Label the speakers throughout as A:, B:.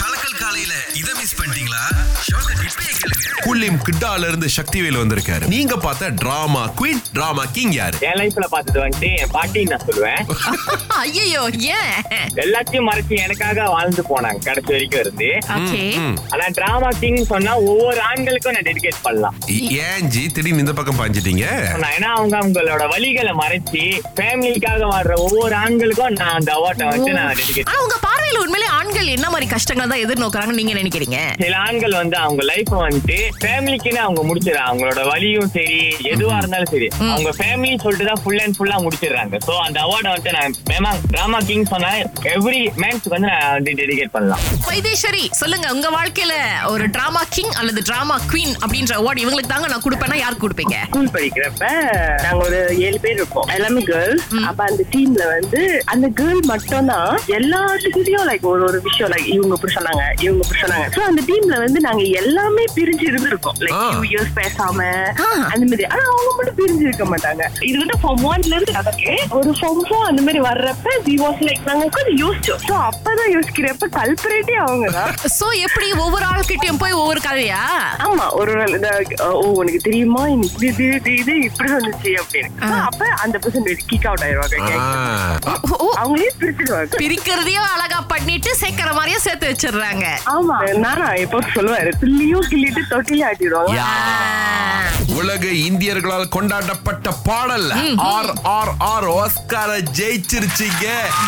A: கலக்கல் காலையில இத மிஸ் பண்ணிட்டீங்களா ஷோக்க இப்பயே கேளுங்க
B: குள்ளிம் கிட்டால இருந்து சக்திவேல் வந்திருக்காரு நீங்க பார்த்த டிராமா குயின் டிராமா கிங் யாரு
C: என் லைஃப்ல பார்த்தது வந்துட்டு என் பாட்டின்னு நான் சொல்லுவேன்
D: ஐயோ ஏன்
C: எல்லாத்தையும் மறைச்சு எனக்காக வாழ்ந்து போனாங்க கடைசி வரைக்கும் இருந்து
D: ஓகே
C: ஆனா டிராமா கிங் சொன்னா ஒவ்வொரு ஆண்களுக்கும் நான் டெடிகேட் பண்ணலாம்
B: இ- ஏன் ஜி திடீர்னு இந்த பக்கம் பாஞ்சிட்டீங்க
C: நான் ஏன்னா அவங்க அவங்களோட வழிகளை மறைச்சு ஃபேமிலிக்காக வாழ்ற ஒவ்வொரு ஆண்களுக்கும் நான் அந்த அவார்டை வந்து நான் டெடிகேட்
D: ஆனா உங்க பார்வையில உண்மையிலே ஆண்கள் என்ன மாதிரி கஷ்டங்கள் தான் எதிர்நோக்குறாங்கன்னு நீங்க நினைக்கிறீங்க
C: சில ஆண்கள் வந்து அவங்க லைஃப் வந்துட்டு ஃபேமிலிக்குன்னு அவங்க முடிச்சிடறாங்க அவங்களோட வழியும் சரி எதுவா இருந்தாலும் சரி அவங்க ஃபேமிலி சொல்லிட்டு தான் ஃபுல் அண்ட் ஃபுல்லா முடிச்சிடுறாங்க சோ அந்த அவார்டை வந்து நான் மேமா டிராமா கிங் சொன்னா எவ்ரி மேன்ஸ்க்கு வந்து நான் வந்து டெடிகேட் பண்ணலாம்
D: வைதேஸ்வரி சொல்லுங்க உங்க வாழ்க்கையில ஒரு டிராமா கிங் அல்லது டிராமா குயின் அப்படின்ற அவார்டு இவங்களுக்கு தாங்க நான் கொடுப்பேன்னா யாருக்கு கொடுப்பீங்க
E: ஸ்கூல் படிக்கிறப்ப நாங்க ஒரு ஏழு பேர் இருப்போம் எல்லாமே கேர்ள்ஸ் அப்ப அந்த டீம்ல வந்து அந்த கேர்ள் மட்டும் தான் எல்லாத்துக்கிட்டையும் லைக் ஒரு ஒரு விஷயம் லைக் இவங்க இப்படி சொன்னாங்க இவங்க இப்படி சொன்னாங்க சோ அந்த டீம்ல வந்து நாங்க எல்லாமே பிரிஞ்சு இருந்திருக்கோம் லைக்
B: ஆ.
E: டூ இயர்ஸ் பேசாம
D: ஆ.
E: அந்த மாதிரி ஆனா அவங்க மட்டும் பிரிஞ்சு இருக்க மாட்டாங்க இது வந்து ஃபார்ம் ஒன்ல இருந்து நமக்கு ஒரு ஃபார்ம் ஃபோர் அந்த மாதிரி வர்றப்ப தி வாஸ் லைக் நாங்க கொஞ்சம் யோசிச்சோம் சோ அப்பதான் யோசிக்கிறப்ப கல்பரேட்டே அவங்க தான்
D: சோ எப்படி ஒவ்வொரு ஆள்கிட்டயும் போய் ஒவ்வொரு கதையா
E: ஆமா ஒரு நாள் இந்த, ஓ உனக்கு தெரியுமா இன்னைக்கு இது இது, இது இது இப்படி வந்துச்சு அப்படின்னு
D: ஆ.
E: அப்ப அந்த பர்சன் கிக் அவுட் ஆயிருவாங்க
B: ஆ,
D: ஓ, ஓ,
E: அவங்களே பிரிச்சிடுவாங்க
D: பிரிக்கிறதையே அழகா பண்ணிட்டு சேர்க்கிற மாதிரியே சேர்த்து வச்சிடுறாங்க
E: ஆமா நானா எப்போ சொல்லுவாரு துள்ளியும் கிள்ளிட்டு தொட்டிலே ஆட்டிடுவாங்க
B: யா. உலக இந்தியர்களால் கொண்டாடப்பட்ட பாடல் ஆர் ஆர் ஆர் ஆஸ்கார ஜெயிச்சிருச்சீங்க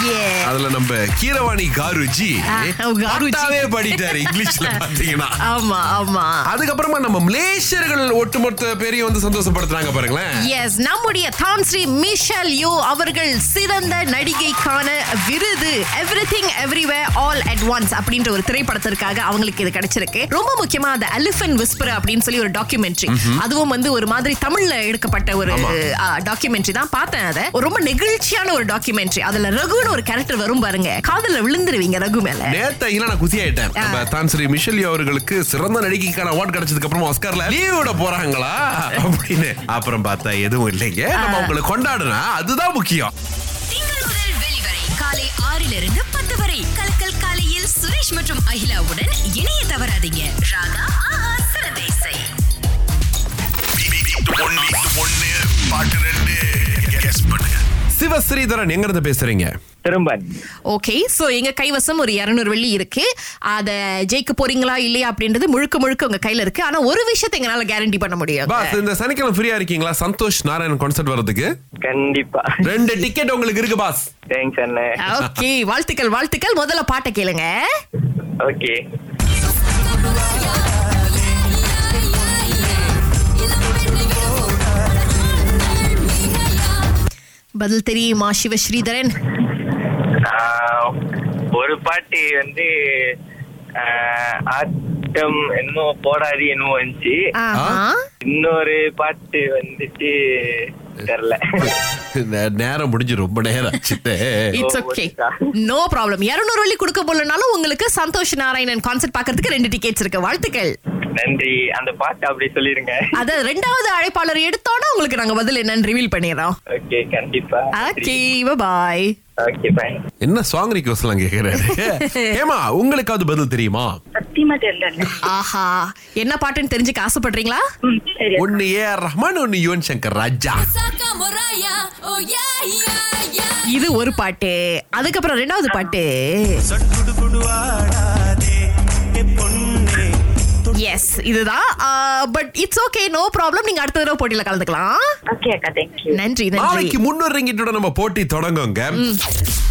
D: Yeah.
B: அதுல நம்ம கீரவாணி காருஜி
D: ஆ, காருஜி.
B: பட்டாவே படிட்டாரு இங்கிலீஷ்ல பாத்தீங்கன்னா
D: ஆமா ஆமா
B: அதுக்கப்புறமா நம்ம மலேசியர்கள் ஒட்டுமொத்த பேரையும் வந்து சந்தோஷப்படுத்துறாங்க பாருங்களேன்
D: எஸ் நம்முடைய தாம்ஸ்ரீ மிஷல் யூ அவர்கள் சிறந்த நடிகைக்கான விருது everything everywhere all at once அப்படின்ற ஒரு திரைப்படத்திற்காக அவங்களுக்கு இது கிடைச்சிருக்கு ரொம்ப முக்கியமா அந்த அலிஃபன் விஸ்பர் அப்படின்னு சொல்லி ஒரு டாக்குமெண்ட்ரி அதுவும் வந்து ஒரு மாதிரி தமிழ்ல எடுக்கப்பட்ட ஒரு டாக்குமெண்ட்ரி தான் பார்த்தேன் அதை ரொம்ப நெகிழ்ச்சியான ஒரு டாக்குமெண்ட்ரி அதுல ரகுன்னு ஒரு கேரக்டர் வரும் பாருங்க காதல விழுந்துருவீங்க ரகு மேல
B: நேத்தையில நான் குசி ஆயிட்டேன்
D: ஆ.
B: நம்ம தான் ஸ்ரீ மிஷல்யோ அவர்களுக்கு சிறந்த நடிகைக்கான அவார்ட் கிடைச்சதுக்கு அப்புறம் ஆஸ்கார்ல லீவ் விட போறாங்களா அப்படின்னு அப்புறம் பார்த்தா எதுவும் இல்லைங்க நம்ம அவங்களை கொண்டாடுனா அதுதான் முக்கியம்
F: திங்கள் முதல் வெளிவரை காலை ஆறிலிருந்து பத்து வரை கலக்கல் காலையில் சுரேஷ் மற்றும் அகிலாவுடன் இணைய தவறாதீங்க ராகா ஆஹா சரதேசை
A: ஒன்னு ஒன்னு பாட்டு ரெண்டு கெஸ் பண்ணுங்க
B: சிவஸ்ரீதரன் எங்க இருந்து பேசுறீங்க
C: திரும்ப
D: ஓகே சோ எங்க கைவசம் ஒரு 200 வெள்ளி இருக்கு அத ஜெயிக்க போறீங்களா இல்லையா அப்படின்றது முழுக்க முழுக்க உங்க கையில இருக்கு ஆனா ஒரு விஷயத்தை எங்களால கேரண்டி பண்ண முடியும்
B: பாஸ் இந்த சனிக்கிழமை ஃப்ரீயா இருக்கீங்களா சந்தோஷ் நாராயணன் கான்சர்ட் வர்றதுக்கு
C: கண்டிப்பா
B: ரெண்டு டிக்கெட் உங்களுக்கு இருக்கு பாஸ்
C: தேங்க்ஸ் அண்ணே
D: ஓகே வாழ்த்துக்கள் வாழ்த்துக்கள் முதல்ல பாட்டை கேளுங்க
C: ஓகே
D: பதில் தெரியுமா சிவஸ்ரீதரன்
C: ஆஹ், ஒரு பாட்டி வந்து ஆஹ், ஆட்டம் என்னமோ போடாதி என்னமோ வந்துச்சு
D: ஆஹா.
C: இன்னொரு பாட்டு வந்துட்டு தெரியல
B: நே- நேரம் முடிஞ்சு ரொம்ப நேரம் ஆச்சுட்டு
D: இட்ஸ் ஓகே நோ ப்ராப்ளம் 200 வெள்ளி கொடுக்க போலனாலும் உங்களுக்கு சந்தோஷ் நாராயணன் கான்சர்ட் பார்க்கிறதுக்கு ரெண்டு டிக்கெட்ஸ் இருக்கு வாழ்த்துக்கள்
C: நன்றி அந்த பாட்டு அப்படி சொல்லிருங்க
D: அத ரெண்டாவது அழைப்பாளர் எடுத்தோன்னா உங்களுக்கு நாங்க பதில் என்னன்னு ரிவீல் பண்ணிடுறோம்
C: ஓகே கண்டிப்பா
D: ஓகே பாய்
C: ஓகே பாய்
B: என்ன சாங் ரிக்வஸ்ட் எல்லாம் கேக்குறாரு ஏமா உங்களுக்காவது பதில் தெரியுமா
E: சத்தியமா தெரியல
D: ஆஹா என்ன பாட்டுன்னு தெரிஞ்சுக்க ஆசைப்படுறீங்களா
E: ம், சரி
B: ஒன்னு ஏ ஆர் ரஹ்மான் ஒன்னு யுவன் சங்கர் ராஜா
D: இது ஒரு பாட்டு அதுக்கப்புறம் ரெண்டாவது பாட்டு எஸ் இதுதான் but it's okay no problem நீங்க அடுத்த தடவை போட்டியில கலந்துக்கலாம்
E: ஓகே அக்கா தேங்க்யூ
D: நன்றி நன்றி
B: நாளைக்கு முன்னூறு ரிங்கிட்டோட நம்ம போட்டி தொடங்குங்க